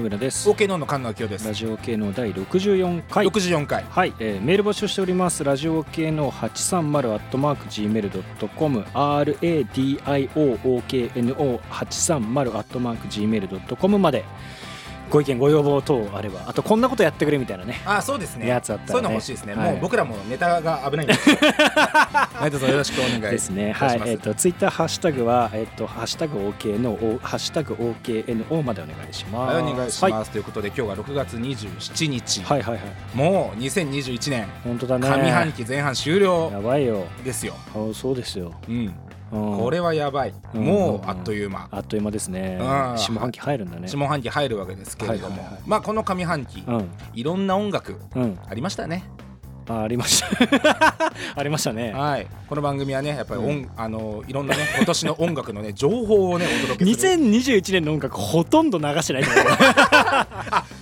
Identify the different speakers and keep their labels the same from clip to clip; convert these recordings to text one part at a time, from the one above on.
Speaker 1: 村です。
Speaker 2: OK のの菅野清です
Speaker 1: ラ。ジオ系の第64回。
Speaker 2: 六十四回。
Speaker 1: はい、えーメール募集しております。ラジオ系の八三0アットマーク gmail ドットコム、r a d i o o k n o 八三0アットマーク gmail ドットコムまで。ご意見ご要望等あれば、あとこんなことやってくれみたいなね。
Speaker 2: あ、そうですね。
Speaker 1: やつあったらね
Speaker 2: そういうの欲しいですね。
Speaker 1: はい
Speaker 2: もう僕らもネタが危な いんで。はい、どうぞよろしくお願い
Speaker 1: ですね。はい
Speaker 2: お、願
Speaker 1: えっ、
Speaker 2: いします
Speaker 1: とツイッターハッシュタグはえっ、とハッシュタグ OK のハッシュタグ OKNO までお願いします。
Speaker 2: はい、お願いします、
Speaker 1: は
Speaker 2: ということで今日が6月27日、
Speaker 1: い、はい、はいはい。
Speaker 2: もう2021年
Speaker 1: 本当だね。
Speaker 2: 上半期前半終了
Speaker 1: やばいよ。
Speaker 2: ですよ、
Speaker 1: あそうですよ。
Speaker 2: うん、
Speaker 1: うん
Speaker 2: これはやばい、
Speaker 1: うん
Speaker 2: もうあっという間、
Speaker 1: あっという間ですね。
Speaker 2: うん
Speaker 1: 下半期入るんだね。
Speaker 2: 下半期入るわけですけれど
Speaker 1: はい
Speaker 2: も、
Speaker 1: はいはい
Speaker 2: まあこの上半期、
Speaker 1: うん
Speaker 2: いろんな音楽
Speaker 1: うん
Speaker 2: ありましたね、
Speaker 1: あありました。 ありましたね。
Speaker 2: はいこの番組はねやっぱり音、あのいろんなね今年の音楽のね情報をねお届 けする
Speaker 1: 2021年の音楽ほとんど流してないと思う。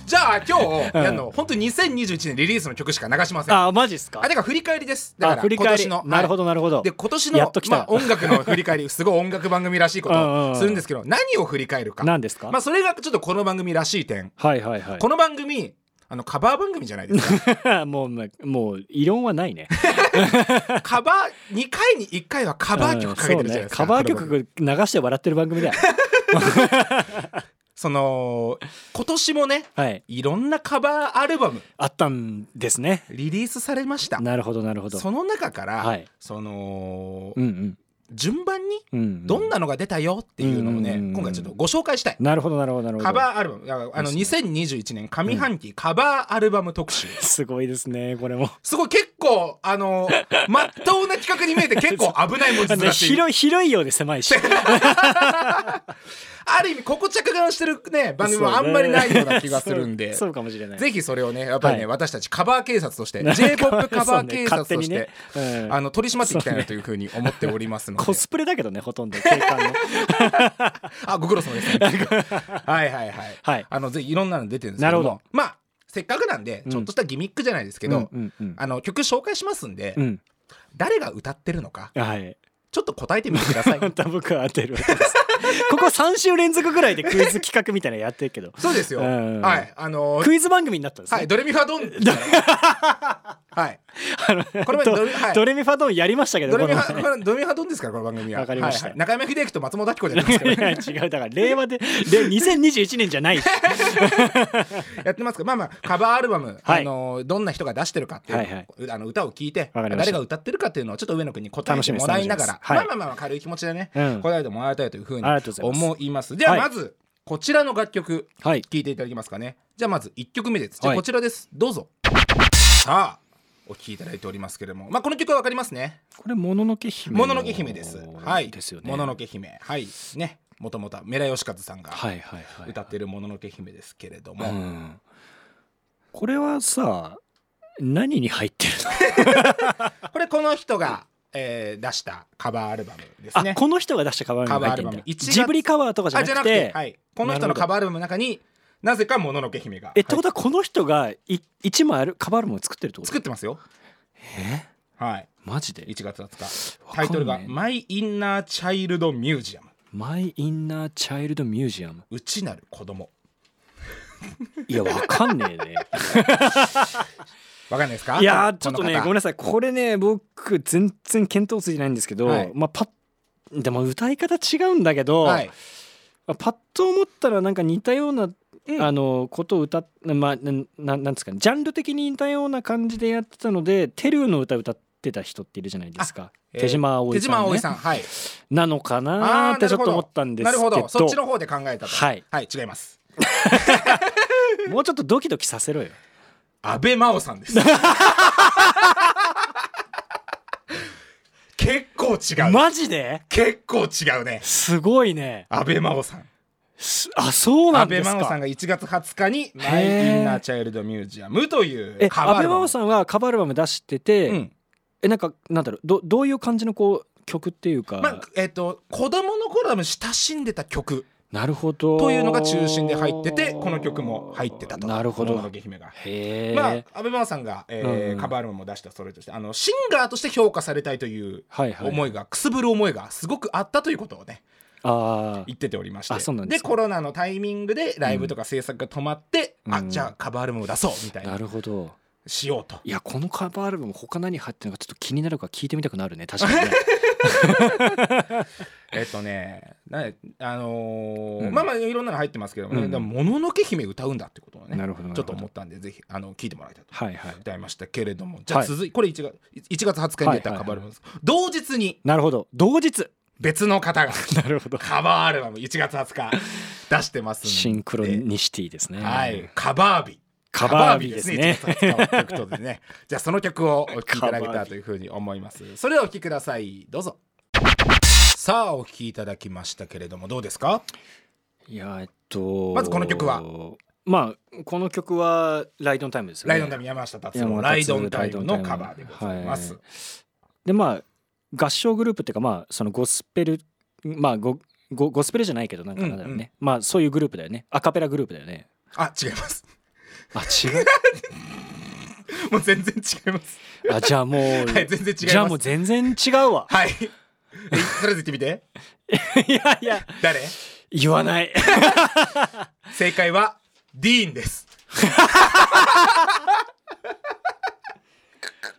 Speaker 2: じゃあ今日、やるの本当に2021年リリースの曲しか流しませ んあ
Speaker 1: あマジっすか。
Speaker 2: だから振り返りですだか
Speaker 1: あ
Speaker 2: ら
Speaker 1: 振り
Speaker 2: 今
Speaker 1: 返
Speaker 2: 年
Speaker 1: り。
Speaker 2: の
Speaker 1: なるほ
Speaker 2: ど
Speaker 1: どなるほど。
Speaker 2: で今年の
Speaker 1: やっと来た
Speaker 2: まあ、音楽の振り返りすごい音楽番組らしいこ
Speaker 1: うんうん
Speaker 2: と
Speaker 1: う
Speaker 2: を
Speaker 1: ん
Speaker 2: するんですけど、何を振り返るか
Speaker 1: 何ですか。
Speaker 2: まあ、それがちょっとこの番組らしい点、
Speaker 1: はいはいはい。
Speaker 2: この番組あのカバー番組じゃな いですか
Speaker 1: もうまもう異論はないね。
Speaker 2: カバー2回に1回はカバー曲かけてるじゃないですか、
Speaker 1: うんそうねカバー
Speaker 2: この番組
Speaker 1: 曲流して笑ってる番組 だよ。
Speaker 2: その今年もね
Speaker 1: はい。
Speaker 2: いろんなカバーアルバム
Speaker 1: あったんですね。
Speaker 2: リリースされました
Speaker 1: なるほどなるほど。
Speaker 2: その中から、
Speaker 1: はい
Speaker 2: その、
Speaker 1: うん
Speaker 2: 順番に
Speaker 1: うんうん。
Speaker 2: どん。なのが出たよっていうのをね、
Speaker 1: うんうんうんうん
Speaker 2: 今回ちょっとご紹介したい。
Speaker 1: なるほどなるほどなるほど。
Speaker 2: カバーアルバムだからあの
Speaker 1: です
Speaker 2: 2021年上半期カバーアルバム特集、
Speaker 1: すごいですねこれも。
Speaker 2: すごい結構 あのまっとうな企画に見えて結構危ない文字面している
Speaker 1: 広い広いようで狭いし。
Speaker 2: ある意味ここ着眼してるね番組もあんまりないような気がするん で
Speaker 1: そうそうかもしれない
Speaker 2: ぜひそれをねやっぱりね、
Speaker 1: はい
Speaker 2: 私たちカバー警察として
Speaker 1: なんか
Speaker 2: j p o p カバー警察
Speaker 1: そう
Speaker 2: と
Speaker 1: ね勝手に
Speaker 2: して、
Speaker 1: ねうん
Speaker 2: あの取り締まっていきたいなというふうに思っておりますので、
Speaker 1: コスプレだけどねほとんど警官の
Speaker 2: あご苦労様 です、はいはいはい、
Speaker 1: はい
Speaker 2: あのぜひいろんなの出てるんですけ
Speaker 1: な
Speaker 2: ど
Speaker 1: る
Speaker 2: も
Speaker 1: ほど
Speaker 2: まあせっかくなんで
Speaker 1: うん
Speaker 2: ちょっとしたギミックじゃないですけど、
Speaker 1: うんうん
Speaker 2: あの曲紹介しますんで、
Speaker 1: うん、
Speaker 2: 誰が歌ってるのか
Speaker 1: うん、はい
Speaker 2: ちょっと答えてみてくださ い
Speaker 1: また僕は当てるわけですここ3週連続ぐらいでクイズ企画みたいなのやってるけど
Speaker 2: そうですよ、
Speaker 1: うん
Speaker 2: はいあのー
Speaker 1: クイズ番組になったんですね、
Speaker 2: はい、ドレミフ ァドンはい
Speaker 1: あの
Speaker 2: これまでドレはい
Speaker 1: ドドレミファドンやりましたけど
Speaker 2: ドレミ
Speaker 1: この
Speaker 2: ハ
Speaker 1: 前
Speaker 2: これドレミハドンですからこの番組は。
Speaker 1: わかりました
Speaker 2: はいはい中山秀征と松本明子じゃないですか
Speaker 1: いや違うだから令和でで2021年じゃないし
Speaker 2: らやってますけどまあまあカバーアルバム、
Speaker 1: はい
Speaker 2: あのーどんな人が出してるかっていう、
Speaker 1: はいはいう
Speaker 2: あの歌を聞いて
Speaker 1: わかりました
Speaker 2: 誰が歌ってるかっていうのをちょっと上野くんに答え
Speaker 1: 楽してみです
Speaker 2: もらいなが
Speaker 1: 楽
Speaker 2: ら、
Speaker 1: しみですはい
Speaker 2: まあまあまあ軽い気持ちでね、
Speaker 1: うん
Speaker 2: 答えてもらいたいというふうに
Speaker 1: ありがとうございます
Speaker 2: 思います。じゃあ
Speaker 1: はい
Speaker 2: まずこちらの楽曲
Speaker 1: はい
Speaker 2: 聞いていただけますかね。じゃあまず1曲目です。じゃ
Speaker 1: は
Speaker 2: あ
Speaker 1: い
Speaker 2: こちらです。どうぞ。さあお聴きいただいておりますけれども、まあこの曲はわかりますね。
Speaker 1: これもののけ姫
Speaker 2: もののけ姫です。はい。
Speaker 1: ですよね
Speaker 2: もののけ姫。はい。ね。もともとメラヨシカズさんが
Speaker 1: はいはいはい
Speaker 2: 歌ってるもののけ姫ですけれども、
Speaker 1: うんこれはさ何に入ってるの
Speaker 2: これこの人が、えー出したカバーアルバムです
Speaker 1: あ
Speaker 2: ね。
Speaker 1: この人が出したカバーアルバムに入って
Speaker 2: カバーアルバ
Speaker 1: ん
Speaker 2: ム
Speaker 1: だ
Speaker 2: 一月
Speaker 1: ジブリカバーとかじゃ
Speaker 2: あじゃ
Speaker 1: な
Speaker 2: な
Speaker 1: く
Speaker 2: くて
Speaker 1: て、
Speaker 2: はい、この人のカバーアルバムの中になぜかもののけ姫が、
Speaker 1: えってこと
Speaker 2: は
Speaker 1: はこの人がい一枚あるカバーアルバムを作ってるってこ
Speaker 2: い
Speaker 1: と
Speaker 2: 作ってますよ。
Speaker 1: え
Speaker 2: はい。
Speaker 1: マジで
Speaker 2: 1月20日。
Speaker 1: わかん
Speaker 2: タ
Speaker 1: ねえ
Speaker 2: イトルが「マイ・インナー・チャイルド・ミュージアム
Speaker 1: 「マイ・インナー・チャイルド・ミュージアム
Speaker 2: 内なる子供」。
Speaker 1: いやわかんねえ ね
Speaker 2: わかんないですか
Speaker 1: いやーちょっと
Speaker 2: こ
Speaker 1: ね
Speaker 2: の
Speaker 1: ご
Speaker 2: 方
Speaker 1: めんなさいこれね僕全然見当ついてないんですけど、
Speaker 2: はい
Speaker 1: まあパッでも歌い方違うんだけど、
Speaker 2: はい、
Speaker 1: まあパッと思ったらなんか似たような
Speaker 2: うん
Speaker 1: あのことを歌っまあなんなんなんですかねジャンル的に似たような感じでやってたのでテルーの歌歌ってた人っているじゃないですか、
Speaker 2: えー
Speaker 1: 手島葵
Speaker 2: 手
Speaker 1: さん,、ね
Speaker 2: 島葵さん、はい、
Speaker 1: なのか
Speaker 2: あ
Speaker 1: な
Speaker 2: ー
Speaker 1: ーってちょっ
Speaker 2: なるほど
Speaker 1: と思ったんです
Speaker 2: な
Speaker 1: け
Speaker 2: る
Speaker 1: ど
Speaker 2: ほど、そっちの方で考えたと。
Speaker 1: はい、
Speaker 2: 違います。
Speaker 1: もうちょっとドキドキさせろよ
Speaker 2: 安倍真央さん です。結構違う。
Speaker 1: マジで
Speaker 2: 結構違うね。
Speaker 1: すごいね
Speaker 2: 安倍真央さん。
Speaker 1: すあそうな
Speaker 2: 安
Speaker 1: んで
Speaker 2: 倍
Speaker 1: すか
Speaker 2: 真央さんが1月20日に「マイ・インナー・チャイルド・ミュージアム」という
Speaker 1: え
Speaker 2: カ
Speaker 1: 安
Speaker 2: バーア
Speaker 1: 倍
Speaker 2: ルバ
Speaker 1: 真
Speaker 2: ム
Speaker 1: 央さんはカバーアルバム出してて、
Speaker 2: うん
Speaker 1: えなんかなんだろうどどういう感じのこう曲っていうか、
Speaker 2: まあえっ、と子供の頃はもう親しんでた曲
Speaker 1: なるほど
Speaker 2: というのが中心で入っててこの曲も入ってたと
Speaker 1: なるほど
Speaker 2: もののけ姫が
Speaker 1: へえ、
Speaker 2: まあ、安倍真央さんが、えー
Speaker 1: うん
Speaker 2: カバーアルバムも出したそれとしてあのシンガーとして評価されたいという
Speaker 1: はいはい
Speaker 2: 思いが、くすぶる思いがすごくあったということをね
Speaker 1: あ
Speaker 2: 行ってておりまして
Speaker 1: あそうなんですね
Speaker 2: コロナのタイミングでライブとか制作が止まって、
Speaker 1: うん
Speaker 2: あじゃあカバーアルバムを出そうみた
Speaker 1: あ
Speaker 2: いな
Speaker 1: なるほど
Speaker 2: しようと
Speaker 1: いやこのカバーアルバム他何入ってるのかちょっと気になるから聞いてみたくなるね確かにね
Speaker 2: えっとねなあの
Speaker 1: う
Speaker 2: ー
Speaker 1: ん
Speaker 2: まあまあいろんなの入ってますけどもね、
Speaker 1: うん
Speaker 2: でももののけ姫歌うんだってことをね
Speaker 1: なるほどなるほど
Speaker 2: ちょっと思ったんでぜひあの聞いてもらいたいと
Speaker 1: はいはい
Speaker 2: 歌いましたけれどもじゃあ
Speaker 1: はい
Speaker 2: 続い、これ1月 ,1 月20日に出たカバーアルバムです、同日に
Speaker 1: なるほど同 日
Speaker 2: 別の方が
Speaker 1: なるほど
Speaker 2: カバーアルバム1月20日出してますんで
Speaker 1: シンクロニシティですね
Speaker 2: はい、カバービ
Speaker 1: カバービーですね
Speaker 2: カバービーですね。一番使う曲とでねじゃあその曲をお聴きいただけたらというふうに思います。それではお聴きください。どうぞ。さあお聴きいただきましたけれどもどうですか？
Speaker 1: いやえっと
Speaker 2: まずこの曲は
Speaker 1: まあこの曲はライドオンタイムですよね
Speaker 2: ライドオンタイム山下達郎
Speaker 1: 山
Speaker 2: の
Speaker 1: 本
Speaker 2: ライ
Speaker 1: 達
Speaker 2: ド
Speaker 1: 郎
Speaker 2: オンタイムのカバーでございま
Speaker 1: は
Speaker 2: す。
Speaker 1: でまあ合唱グループっていうかまあそのゴスペルまあゴゴゴスペルじゃないけどなんかなんだろうね、
Speaker 2: うんう
Speaker 1: まあそういうグループだよねアカペラグループだよね
Speaker 2: あ違います。
Speaker 1: あ違う
Speaker 2: もう全然違います。
Speaker 1: あじゃあもう、
Speaker 2: はい全然違います。
Speaker 1: じゃあもう全然違うわ
Speaker 2: はい。えとりあえず言ってみて。
Speaker 1: いや いや
Speaker 2: 誰？
Speaker 1: 言わない
Speaker 2: 正解はディーンです。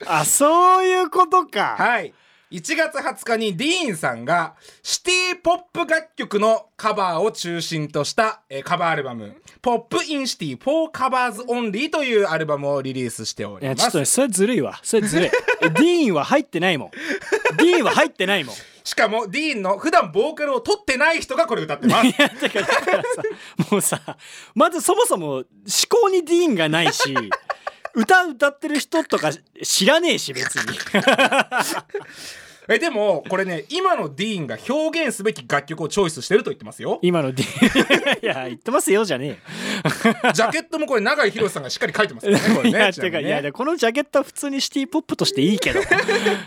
Speaker 1: あそういうことか
Speaker 2: はい。1月20日にディーンさんがシティポップ楽曲のカバーを中心とした、えーカバーアルバム「ポップインシティ4カバーズオンリーというアルバムをリリースしてお
Speaker 1: い
Speaker 2: り
Speaker 1: や
Speaker 2: ま
Speaker 1: ちょっと
Speaker 2: す
Speaker 1: ねそれずるいわそれずるいえディーンは入ってないもんディーンは入ってないもん
Speaker 2: しかもディーンの普段ボーカルを取ってない人がこれ歌ってます
Speaker 1: だからだからさもうさまずそもそも思考にディーンがないし歌歌ってる人とか知らねえし別に
Speaker 2: えでもこれね今のディーンが表現すべき楽曲をチョイスしてると言ってますよ
Speaker 1: 今のディーン いや言ってますよじゃねえよ
Speaker 2: ジャケットもこれ永井宏さんがしっかり書いてますからねこ れ
Speaker 1: いや
Speaker 2: ね
Speaker 1: て
Speaker 2: ち
Speaker 1: か
Speaker 2: なみ
Speaker 1: い
Speaker 2: にね
Speaker 1: やこのジャケットは普通にシティポップとしていいけ ど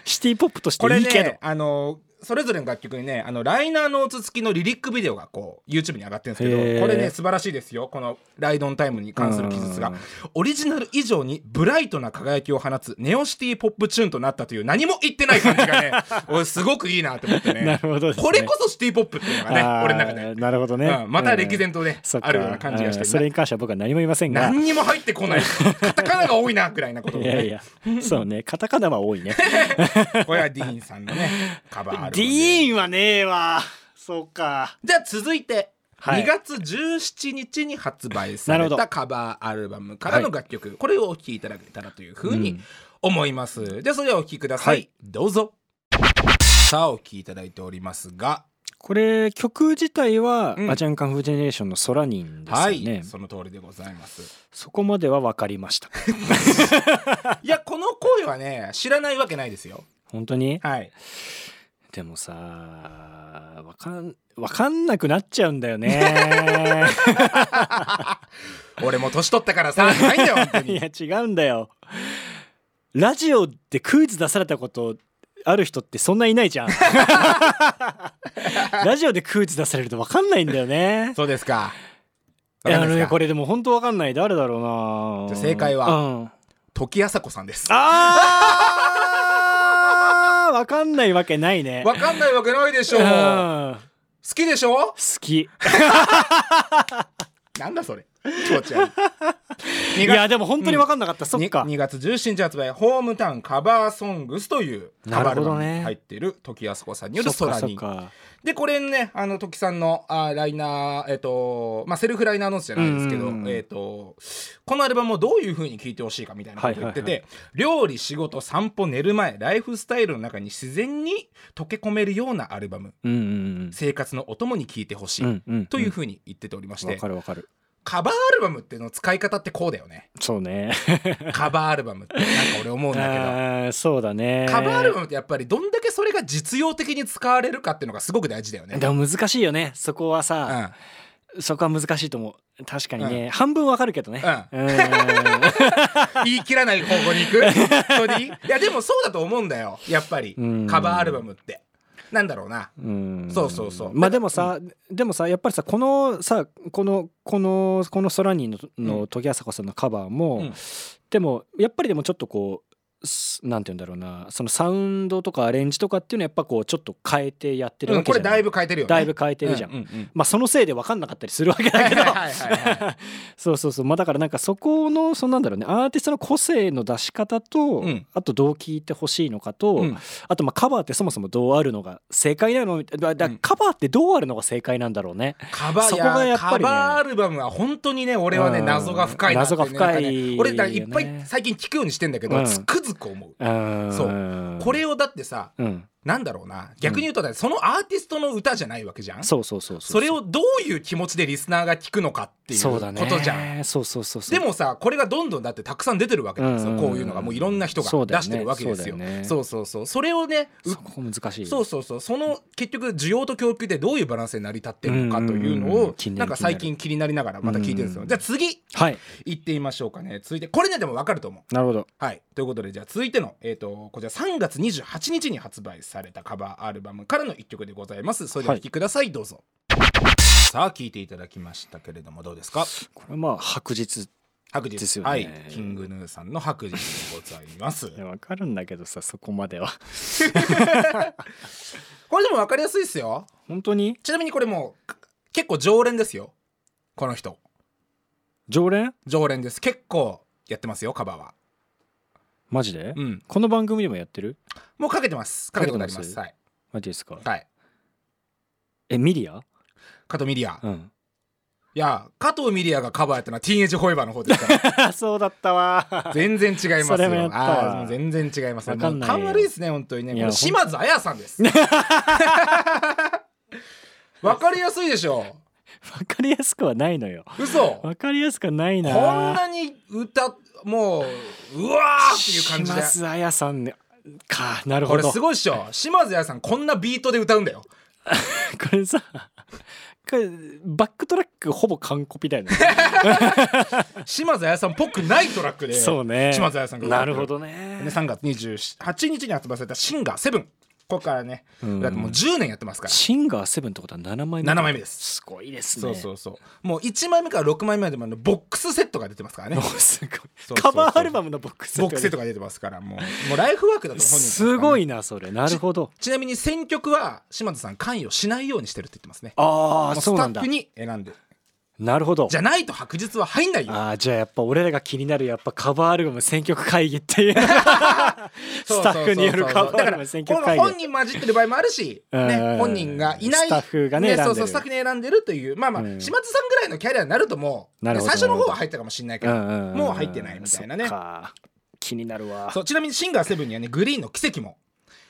Speaker 1: シティポップとして
Speaker 2: これ
Speaker 1: いいけど、
Speaker 2: ねあのそれぞれの楽曲にねあのライナーノーツ付きのリリックビデオがこう YouTube に上がってるんです
Speaker 1: へ
Speaker 2: け
Speaker 1: ー
Speaker 2: どこれね素晴らしいですよこの「ライドオンタイム」に関する記述
Speaker 1: う
Speaker 2: が
Speaker 1: ん
Speaker 2: オリジナル以上にブライトな輝きを放つネオシティポップチューンとなったという何も言ってない感じがね 俺すごくいいなと思って ね
Speaker 1: なるほどですね
Speaker 2: これこそシティポップっていうのがね
Speaker 1: あー
Speaker 2: 俺の中で、
Speaker 1: なるほどね、
Speaker 2: うんまた歴然とね、
Speaker 1: そっか
Speaker 2: あるような感じがし
Speaker 1: う
Speaker 2: て
Speaker 1: んそれに関しては僕は何も言いませんが
Speaker 2: 何にも入ってこないカタカナが多いなぐらいなこと
Speaker 1: い
Speaker 2: を
Speaker 1: や
Speaker 2: ね
Speaker 1: いやそうねカタカナは多いね
Speaker 2: これはディーンさんのねカバーアルバム
Speaker 1: デ
Speaker 2: で
Speaker 1: ィーンはねえわそうか
Speaker 2: じゃあ続いて、
Speaker 1: はい
Speaker 2: 2月17日に発売さ
Speaker 1: な
Speaker 2: れ
Speaker 1: るほど
Speaker 2: たカバーアルバムからの楽曲、これをお聴きいただけたらというふう
Speaker 1: う
Speaker 2: に
Speaker 1: ん
Speaker 2: 思います、じゃあそれではお聴きください、
Speaker 1: はい
Speaker 2: どうぞさあお聴きいただいておりますが
Speaker 1: これ曲自体は、
Speaker 2: うん
Speaker 1: アジャンカンフージェネレーションのソラニンですよ
Speaker 2: はい、
Speaker 1: ね、
Speaker 2: その通りでございます
Speaker 1: そこまでは分かりました
Speaker 2: いやこの声はね知らないわけないですよ
Speaker 1: 本当に
Speaker 2: はい
Speaker 1: でもさ分かん分かんなくなっちゃうんだよね
Speaker 2: 俺も年取ったからさない んだよ本当
Speaker 1: い
Speaker 2: に
Speaker 1: や違うんだよラジオでクイズ出されたことある人ってそんないないじゃんラジオでクイズ出されると分かんないんだよね
Speaker 2: そうですか
Speaker 1: いやあ
Speaker 2: わか
Speaker 1: の
Speaker 2: りま
Speaker 1: ね
Speaker 2: すか
Speaker 1: これでも本当分かんない誰だろうな
Speaker 2: じゃあ正解は
Speaker 1: うん
Speaker 2: 時あさこさんです
Speaker 1: あーわかんないわけないね。
Speaker 2: わかんないわけないでしょ
Speaker 1: う
Speaker 2: うん好
Speaker 1: 好
Speaker 2: きでしょ
Speaker 1: き。
Speaker 2: なんだそれ気持ち 悪い
Speaker 1: い
Speaker 2: 2月
Speaker 1: やでも本当にわかんなかった。そっか。
Speaker 2: 2月17日発売「ホームタウンカバーソングス」というカバーアルバ
Speaker 1: なるほど
Speaker 2: ム
Speaker 1: ね
Speaker 2: に入っている時安子さんによ
Speaker 1: そ
Speaker 2: る
Speaker 1: っか
Speaker 2: 空
Speaker 1: そっ
Speaker 2: に
Speaker 1: か。
Speaker 2: でこれねあの時さんのあライナーえっとまあセルフライナーノーツじゃないですけど、
Speaker 1: うんうんうん
Speaker 2: えっとこのアルバムをどういう風に聴いてほしいかみたいなことを言ってて、
Speaker 1: はい
Speaker 2: 料理仕事散歩寝る前ライフスタイルの中に自然に溶け込めるようなアルバム
Speaker 1: うんうん
Speaker 2: 生活のお供に聴いてほし
Speaker 1: う
Speaker 2: い、
Speaker 1: んうんうん。
Speaker 2: という風に言ってておりまし
Speaker 1: わ
Speaker 2: て
Speaker 1: かるわかる。
Speaker 2: カバーアルバムっての使い方ってこうだよね
Speaker 1: そうね。
Speaker 2: カバーアルバムってなんか俺思うん だけど。
Speaker 1: あーそうだね。
Speaker 2: カバーアルバムってやっぱりどんだけそれが実用的に使われるかっていうのがすごく大事だよね。
Speaker 1: でも難しいよね。そこは
Speaker 2: うん、
Speaker 1: さ、
Speaker 2: あ
Speaker 1: そこは難しいと思う。確かにね、半分わかるけどね。
Speaker 2: う
Speaker 1: うん
Speaker 2: 言い切らない方向に行くそれでいいいやでもそうだと思うんだよやっぱり
Speaker 1: うん
Speaker 2: カバーアルバムってなんだろうな
Speaker 1: うん
Speaker 2: そうそうそう
Speaker 1: まあでもさ、でもさやっぱりさこのさこのこのこの「空にの」
Speaker 2: う
Speaker 1: の時あさこさんのカバーも、
Speaker 2: うん
Speaker 1: でもやっぱりでもちょっとこうすなんて言うんだろうなそのサウンドとかアレンジとかっていうのはやっぱこうちょっと変えてやってる
Speaker 2: う
Speaker 1: わ
Speaker 2: ん、
Speaker 1: け
Speaker 2: こ
Speaker 1: じ
Speaker 2: れ
Speaker 1: ゃな
Speaker 2: だ
Speaker 1: い、
Speaker 2: いぶ変えてるよね
Speaker 1: だいぶ変えてるじゃん、
Speaker 2: うんうん
Speaker 1: まあそのせいで分かんなかったりするわけだけど
Speaker 2: はいはいはいは
Speaker 1: そうそうそうまあだからなんかそこのそのなんだろうねアーティストの個性の出し方と、
Speaker 2: ん
Speaker 1: あとどう聞いてほしいのかと、
Speaker 2: うん
Speaker 1: あとまあカバーってそもそもどうあるのが正解なのだだ
Speaker 2: うん
Speaker 1: カバーってどうあるのが正解なんだろうね。
Speaker 2: カバー
Speaker 1: そこ
Speaker 2: や
Speaker 1: がやっぱ
Speaker 2: カ
Speaker 1: りね
Speaker 2: バーアルバムは本当にね俺はね
Speaker 1: うん
Speaker 2: 謎が深いなっ
Speaker 1: 謎
Speaker 2: て、ね、
Speaker 1: が深い
Speaker 2: なんかね俺だからいっぱい最近聞くようにしてんだけど、
Speaker 1: うん
Speaker 2: つくづく思う、
Speaker 1: うん
Speaker 2: そうこれをだってさ
Speaker 1: うん、
Speaker 2: なんだろうな逆に言うとだってそのアーティストの歌じゃないわけじゃん
Speaker 1: そうそうそうそう
Speaker 2: それをどういう気持ちでリスナーが聞くのかっていう
Speaker 1: そう
Speaker 2: こ
Speaker 1: だね
Speaker 2: とじゃん。
Speaker 1: そうそうそうそう
Speaker 2: でもさこれがどんどんだってたくさん出てるわけですよ、
Speaker 1: うん
Speaker 2: こういうのがもういろんな人が
Speaker 1: そうだよ
Speaker 2: 出
Speaker 1: ね
Speaker 2: してるわけですよ。
Speaker 1: そ
Speaker 2: そうう
Speaker 1: だよね
Speaker 2: そうそうそれをねう
Speaker 1: そこ難しい
Speaker 2: そうそうそうその結局需要と供給でどういうバランスで成り立ってるのかというの
Speaker 1: うんうんうん
Speaker 2: を
Speaker 1: 気になる
Speaker 2: なんか最近気になりながらまた聞いてるんです
Speaker 1: う
Speaker 2: よ。
Speaker 1: ん
Speaker 2: じゃあ次
Speaker 1: はい
Speaker 2: 行ってみましょうかね続いてこれねでも分かると思う。
Speaker 1: なるほど
Speaker 2: はいということでじゃあ続いての、えー、とこちら3月28日に発売されたカバーアルバムからの1曲でございます。それではお聴きください、どうぞ。さあ聴いていただきましたけれどもどうですか
Speaker 1: これはまあ白日
Speaker 2: 白日
Speaker 1: ですよね
Speaker 2: はいキングヌーさんの白日でございます
Speaker 1: いやわかるんだけどさそこまでは
Speaker 2: これでも分かりやすいですよ
Speaker 1: 本当に
Speaker 2: ちなみにこれもうか結構常連ですよこの人
Speaker 1: 常連
Speaker 2: 常連です結構やってますよカバーは
Speaker 1: マジで、
Speaker 2: うん
Speaker 1: この番組でもやってる
Speaker 2: もうかけてますかけたことあります
Speaker 1: か
Speaker 2: はい
Speaker 1: マジですか
Speaker 2: はい
Speaker 1: えミリア
Speaker 2: 加藤ミリア、い
Speaker 1: うん
Speaker 2: や加藤ミリアがカバーやったのはティーンエイジホイバーの方ですか ら
Speaker 1: そうだったわ
Speaker 2: 全然違います
Speaker 1: それ
Speaker 2: よ
Speaker 1: もやったわ
Speaker 2: あーもう全然違います
Speaker 1: わかんないよ
Speaker 2: もう勘悪いですね本当にね
Speaker 1: い
Speaker 2: こ
Speaker 1: や
Speaker 2: れ島津綾さん ですわかりやすいでしょ
Speaker 1: わかりやすくはないのよ
Speaker 2: 嘘
Speaker 1: わかりやすくはないな
Speaker 2: こんなに歌もううわーっていう感じで
Speaker 1: 島津あやさんねかなる
Speaker 2: こ
Speaker 1: ほ
Speaker 2: れ
Speaker 1: ど
Speaker 2: すごいっしょ島津亜矢さんこんなビートで歌うんだよ
Speaker 1: これさ これバックトラックほぼ完コピ だよね
Speaker 2: 島津亜矢さんっぽくないトラックで
Speaker 1: そうね
Speaker 2: 島津亜矢さんが歌
Speaker 1: な
Speaker 2: って
Speaker 1: るほどね
Speaker 2: で3月28日に発売されたシンガーセブンここからね
Speaker 1: うん
Speaker 2: だってもう10年やってますから
Speaker 1: シンガーセブンってことは7枚目
Speaker 2: 7枚目です
Speaker 1: すごいです
Speaker 2: そ
Speaker 1: ね
Speaker 2: うそうそうもう1枚目から6枚目までもあのボックスセットが出てますから ね
Speaker 1: もうすごい
Speaker 2: そうそう
Speaker 1: カバーアルバムのボックス
Speaker 2: ボックスセッ
Speaker 1: と
Speaker 2: トが出てますからもうもうライフワークだと本人たちはね
Speaker 1: すごいなそれなるほど
Speaker 2: ちなみに選曲は島津さん関与しないようにしてるって言ってますね
Speaker 1: あ
Speaker 2: も
Speaker 1: あ
Speaker 2: うスタ
Speaker 1: そうなん
Speaker 2: ッ
Speaker 1: だ
Speaker 2: フに選んで
Speaker 1: なるほど
Speaker 2: じゃないと白日は入んないよ
Speaker 1: あーじゃあやっぱ俺らが気になるやっぱカバーアルバム選曲会議っていう
Speaker 2: そう
Speaker 1: スタッフによるカバーア
Speaker 2: だか
Speaker 1: ル
Speaker 2: ら
Speaker 1: バム選
Speaker 2: こ
Speaker 1: 曲
Speaker 2: の
Speaker 1: 会
Speaker 2: 本
Speaker 1: 議
Speaker 2: 人混じってる場合もあるし、
Speaker 1: うんうんう
Speaker 2: ね、
Speaker 1: ん
Speaker 2: 本人がいない
Speaker 1: スタッフがね選んでる
Speaker 2: そうそうスタッフに選んでるというまあまあ、
Speaker 1: うん
Speaker 2: 島津さんぐらいのキャリアになるともう
Speaker 1: なるほど
Speaker 2: 最初の方は入ったかもしれないけど、
Speaker 1: うんうんうん
Speaker 2: もう入ってないみたいなね
Speaker 1: そっか気になるわ
Speaker 2: そうちなみにシンガーセブンにはねグリーンの奇跡も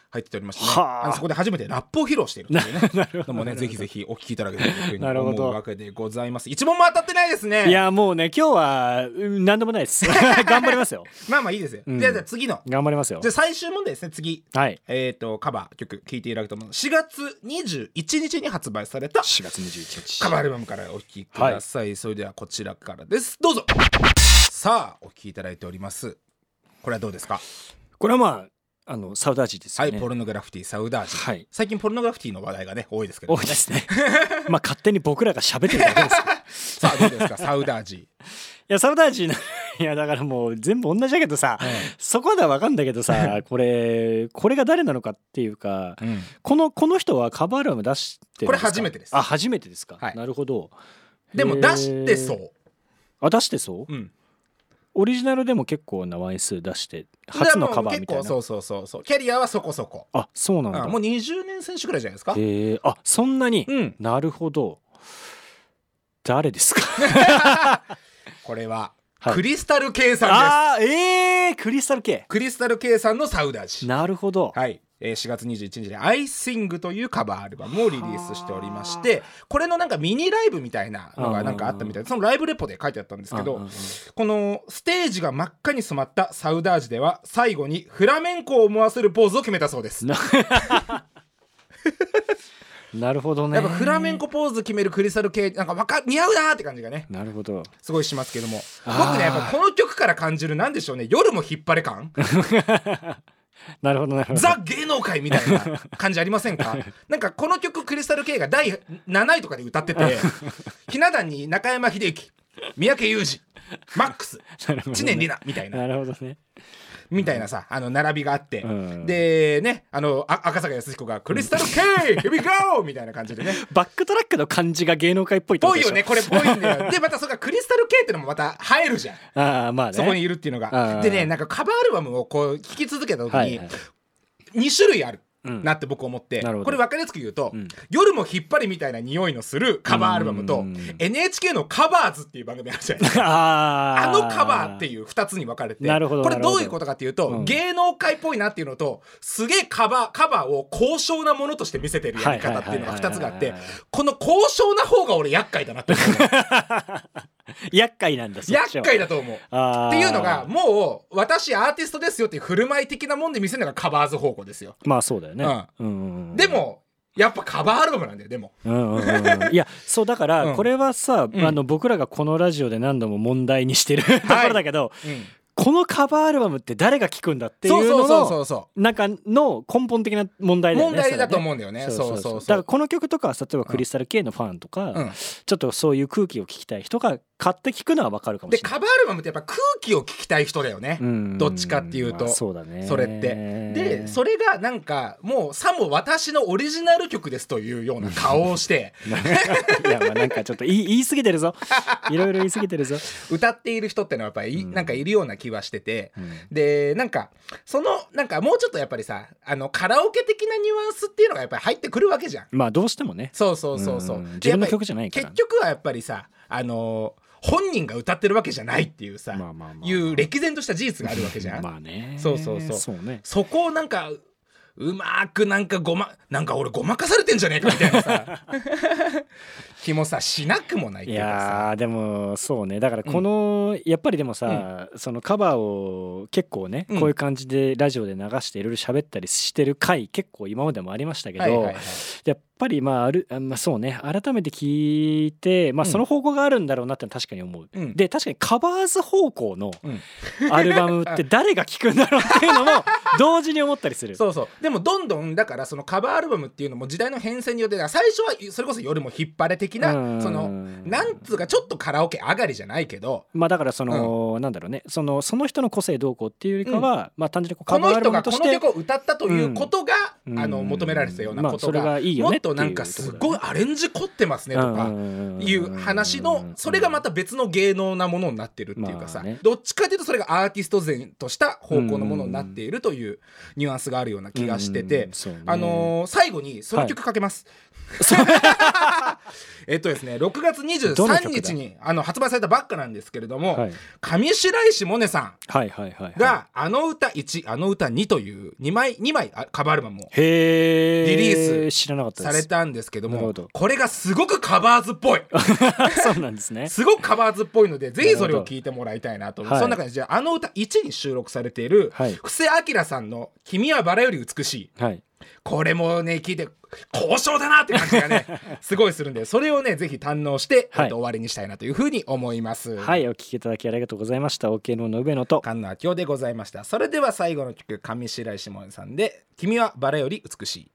Speaker 2: 入っておりまして、ね、
Speaker 1: はあ
Speaker 2: あのそこで初めてラップを披露していると いうねのもねぜひぜひお聞きいただけたらというふうに
Speaker 1: なるほど
Speaker 2: 思うわけでございます一問も当たってないですね
Speaker 1: いやもうね今日はうん何でもない です頑張りますよ
Speaker 2: まあまあいいですよ、
Speaker 1: うん
Speaker 2: じゃあじゃあ次の
Speaker 1: 頑張りますよ
Speaker 2: じゃあ最終問題ですね次
Speaker 1: はい
Speaker 2: えー、とカバー曲聴いていただくと思う4月21日に発売された
Speaker 1: 4月21日
Speaker 2: カバーアルバムからお聴きください、それではこちらからですどうぞさあお聴きいただいておりますこれはどうですか、
Speaker 1: これはまああのサウダージです
Speaker 2: は
Speaker 1: よ
Speaker 2: い
Speaker 1: ね
Speaker 2: ポルノグラフィティサウダージ、
Speaker 1: はい
Speaker 2: 最近ポルノグラフィティの話題がね多いですけど、
Speaker 1: 多い
Speaker 2: ね
Speaker 1: で、すね まあ勝手に僕らが喋ってるだけですけど
Speaker 2: さあどうですかサウダージ
Speaker 1: いやサウダージの いやだからもう全部同じだけどさ、そこまでは分かんだけど さこれこれが誰なのかっていうか
Speaker 2: うん
Speaker 1: このこの人はカバーアルバム出してるんすか
Speaker 2: これ初めてです
Speaker 1: あ初めてですか、
Speaker 2: はい
Speaker 1: なるほど
Speaker 2: でも出してそ
Speaker 1: へー
Speaker 2: う、
Speaker 1: あ出してそう
Speaker 2: うん、
Speaker 1: オリジナルでも結構な枚数出して初のカバーみたい
Speaker 2: だからも
Speaker 1: な
Speaker 2: う結構そうそうそうそうキャリアはそこそこ
Speaker 1: あそうなんだ
Speaker 2: あもう20年選手ぐらいじゃないですか、
Speaker 1: へえあそんなに、
Speaker 2: うん
Speaker 1: なるほど誰です か
Speaker 2: これは、
Speaker 1: はい
Speaker 2: クリスタル K さんです
Speaker 1: あーえー、クリスタル系
Speaker 2: クリスタル K さんのサウダージ
Speaker 1: なるほど、
Speaker 2: はい、えー4月21日に「アイシング」というカバーアルバムをリリースしておりましてこれのなんかミニライブみたいなのがなんかあったみたいでそのライブレポで書いてあったんですけ
Speaker 1: うんうん
Speaker 2: ど
Speaker 1: うん
Speaker 2: このステージが真っ赤に染まったサウダージでは最後にフラメンコを思わせるポーズを決めたそうです。
Speaker 1: ななるほどね
Speaker 2: やっぱフラメンコポーズ決めるクリスタル系なんかわか似合うなーって感じがね
Speaker 1: なるほど
Speaker 2: すごいしますけども
Speaker 1: あー
Speaker 2: 僕ねやっぱこの曲から感じるなんでしょうね夜も引っ張れ感
Speaker 1: なるほどなるほど
Speaker 2: ザ芸能界みたいな感じありませ んかなんかこの曲クリスタル K が第7位とかで歌っ ててひな壇に中山秀樹三宅裕二マックス知念里奈みたいな
Speaker 1: なるほどね
Speaker 2: みたいなさ、あの並びがあって、
Speaker 1: うん
Speaker 2: でねあのあ赤坂康彦が「クリスタ ル K! Here we go!」みたいな感じでね
Speaker 1: バックトラックの感じが芸能界っぽいってこと
Speaker 2: ぽい
Speaker 1: でしょ
Speaker 2: よねこれぽいんだよでまたそっかクリスタル K ってのもまた映えるじゃん
Speaker 1: ああまあね
Speaker 2: そこにいるっていうのが
Speaker 1: あー
Speaker 2: でねなんかカバーアルバムをこう聴き続けた時
Speaker 1: はい
Speaker 2: に
Speaker 1: はい
Speaker 2: 2種類ある
Speaker 1: うん
Speaker 2: なって僕思って、
Speaker 1: なるほど
Speaker 2: これ分かりやすく言うと、
Speaker 1: うん
Speaker 2: 夜も引っ張りみたいな匂いのするカバーアルバム
Speaker 1: う
Speaker 2: と
Speaker 1: ん
Speaker 2: NHK の「カバーズ」っていう番組あるじゃないですか。
Speaker 1: あ
Speaker 2: あ
Speaker 1: ー
Speaker 2: のカバーっていう2つに分かれて
Speaker 1: なるほど
Speaker 2: これ
Speaker 1: なるほ
Speaker 2: ど
Speaker 1: ど
Speaker 2: ういうことかっていうと、
Speaker 1: うん
Speaker 2: 芸能界っぽいなっていうのとすげえカバーカバーを高尚なものとして見せてるやり方っていうのが2つがあっ
Speaker 1: はい
Speaker 2: て
Speaker 1: はいはいはい
Speaker 2: この高尚な方が俺厄介だなっ て思う
Speaker 1: 厄介なんだそっち
Speaker 2: 厄
Speaker 1: は
Speaker 2: 介だと思う。
Speaker 1: あー
Speaker 2: っていうのがもう私アーティストですよっていう振る舞い的なもんで見せるのがカバーズ方向ですよ。
Speaker 1: まあそうだよね、
Speaker 2: う
Speaker 1: うんうんうん
Speaker 2: でもやっぱカバーアルバムなんだよでも。
Speaker 1: うんうんうんうんいやそうだか
Speaker 2: うん
Speaker 1: らこれはさ、
Speaker 2: うん
Speaker 1: あの僕らがこのラジオで何度も問題にしてる ところだけど、
Speaker 2: うん
Speaker 1: このカバーアルバムって誰が聞くんだっていう
Speaker 2: そうそ
Speaker 1: の
Speaker 2: うそうそ
Speaker 1: の
Speaker 2: うそ
Speaker 1: 中の根本的な問題
Speaker 2: う
Speaker 1: だよ
Speaker 2: 問
Speaker 1: ね
Speaker 2: 題だと
Speaker 1: う
Speaker 2: 思うんだよねそう
Speaker 1: だ
Speaker 2: そう
Speaker 1: か
Speaker 2: そ
Speaker 1: ら
Speaker 2: う
Speaker 1: この曲とかは例えばクリスタル K のファンとか、
Speaker 2: うん
Speaker 1: ちょっとそういう空気を聞きたい人が買って聞くのはわかるかも
Speaker 2: で
Speaker 1: しれない
Speaker 2: カバーアルバムってやっぱ空気を聞きたい人だよね
Speaker 1: うん
Speaker 2: どっちかっていうと
Speaker 1: まあそうだね
Speaker 2: それってでそれがなんかもうさも私のオリジナル曲ですというような顔 をして
Speaker 1: いやまあなんかちょっと言 い言い過ぎてるぞいろいろ言い過ぎてるぞ、
Speaker 2: 歌っている人ってのはやっぱりい
Speaker 1: うん
Speaker 2: なんかいるような気はしてて
Speaker 1: うん
Speaker 2: でなんかそのなんかもうちょっとやっぱりさあのカラオケ的なニュアンスっていうのがやっぱり入ってくるわけじゃん
Speaker 1: まあどうしてもね
Speaker 2: そうそうそうそう
Speaker 1: うん
Speaker 2: で
Speaker 1: 自分の曲じゃないから
Speaker 2: 結局はやっぱりさあのー本人が歌ってるわけじゃないっていうさ、
Speaker 1: まあまあまあ
Speaker 2: いう歴然とした事実があるわけじゃん、
Speaker 1: まあね
Speaker 2: そうそうそう
Speaker 1: そうね
Speaker 2: そこをなんかうまーくなんかごまなんか俺ごまかされてんじゃねえかみたい なさ気もさしなくもないっ
Speaker 1: い
Speaker 2: ていうかさ
Speaker 1: やーでもそうねだからこの、やっぱりでもさ、そのカバーを結構ね、
Speaker 2: うん
Speaker 1: こういう感じでラジオで流していろいろ喋ったりしてる回結構今までもありましたけど、
Speaker 2: はいはいはい
Speaker 1: やっぱりまああるあまあそうね改めて聞いて、まあ、
Speaker 2: うん
Speaker 1: その方向があるんだろうなってのは確かに思う、
Speaker 2: うん
Speaker 1: で確かにカバーズ方向の
Speaker 2: うん
Speaker 1: アルバムって誰が聞くんだろうっていうのも同時に思ったりする
Speaker 2: そうそうでもどんどんだからそのカバーアルバムっていうのも時代の変遷によってだから最初はそれこそ夜も引っ張れ的
Speaker 1: う
Speaker 2: なんそのなんつうかちょっとカラオケ上がりじゃないけど
Speaker 1: まあだからその、なんだろうねそのその人の個性どうこうっていうよりかは、まあ単純にこう
Speaker 2: こ
Speaker 1: カバ
Speaker 2: の
Speaker 1: ーアルバ
Speaker 2: 人
Speaker 1: ム
Speaker 2: が
Speaker 1: と
Speaker 2: こ
Speaker 1: し
Speaker 2: の
Speaker 1: て
Speaker 2: 曲を歌ったということが、
Speaker 1: うん
Speaker 2: あの
Speaker 1: うん
Speaker 2: 求められてたようなこと
Speaker 1: まあそれ
Speaker 2: が,、
Speaker 1: がいいよ
Speaker 2: も
Speaker 1: ね
Speaker 2: っとなんかすごいアレンジ凝ってますねとか。いう話のそれがまた別の芸能なものになってるっていうか
Speaker 1: ま
Speaker 2: さ、
Speaker 1: あね
Speaker 2: どっちかというとそれがアーティスト前とした方向のものになっているというニュアンスがあるような気がしてて、
Speaker 1: うんそうね
Speaker 2: あのー最後にその曲かけます、えっとですね6月
Speaker 1: どの
Speaker 2: 23
Speaker 1: 曲だ
Speaker 2: 日にあの発売されたばっかなんですけれども、
Speaker 1: はい
Speaker 2: 上白石萌音さん
Speaker 1: はいはいはいはい
Speaker 2: が「あの歌1」「あの歌2」という2枚2枚あカバーアルバムを
Speaker 1: へえ
Speaker 2: リリース
Speaker 1: 知らなかった
Speaker 2: さ
Speaker 1: で
Speaker 2: れ
Speaker 1: す
Speaker 2: たんですけど
Speaker 1: なる
Speaker 2: も
Speaker 1: ほど
Speaker 2: これがすごくカバーズっぽい
Speaker 1: そうなんですね
Speaker 2: すごくカバーズっぽいのでぜひそれ
Speaker 1: なる
Speaker 2: を
Speaker 1: ほど
Speaker 2: 聞いてもらいたいなと、
Speaker 1: はい
Speaker 2: その中でじゃあ「あの歌1」に収録されている
Speaker 1: はい
Speaker 2: 布施明さんの「君はバラより美しい
Speaker 1: はい」
Speaker 2: これもね聞いて高尚だなって感 じがねすごいするんでそれをねぜひ堪能して、
Speaker 1: はい
Speaker 2: えっと終わりにしたいなというふうに思います。
Speaker 1: はいお聞きいただきありがとうございました OK のの上野と
Speaker 2: 菅野明夫でございましたそれでは最後の曲上白石萌音さんで「君はバラより美しい」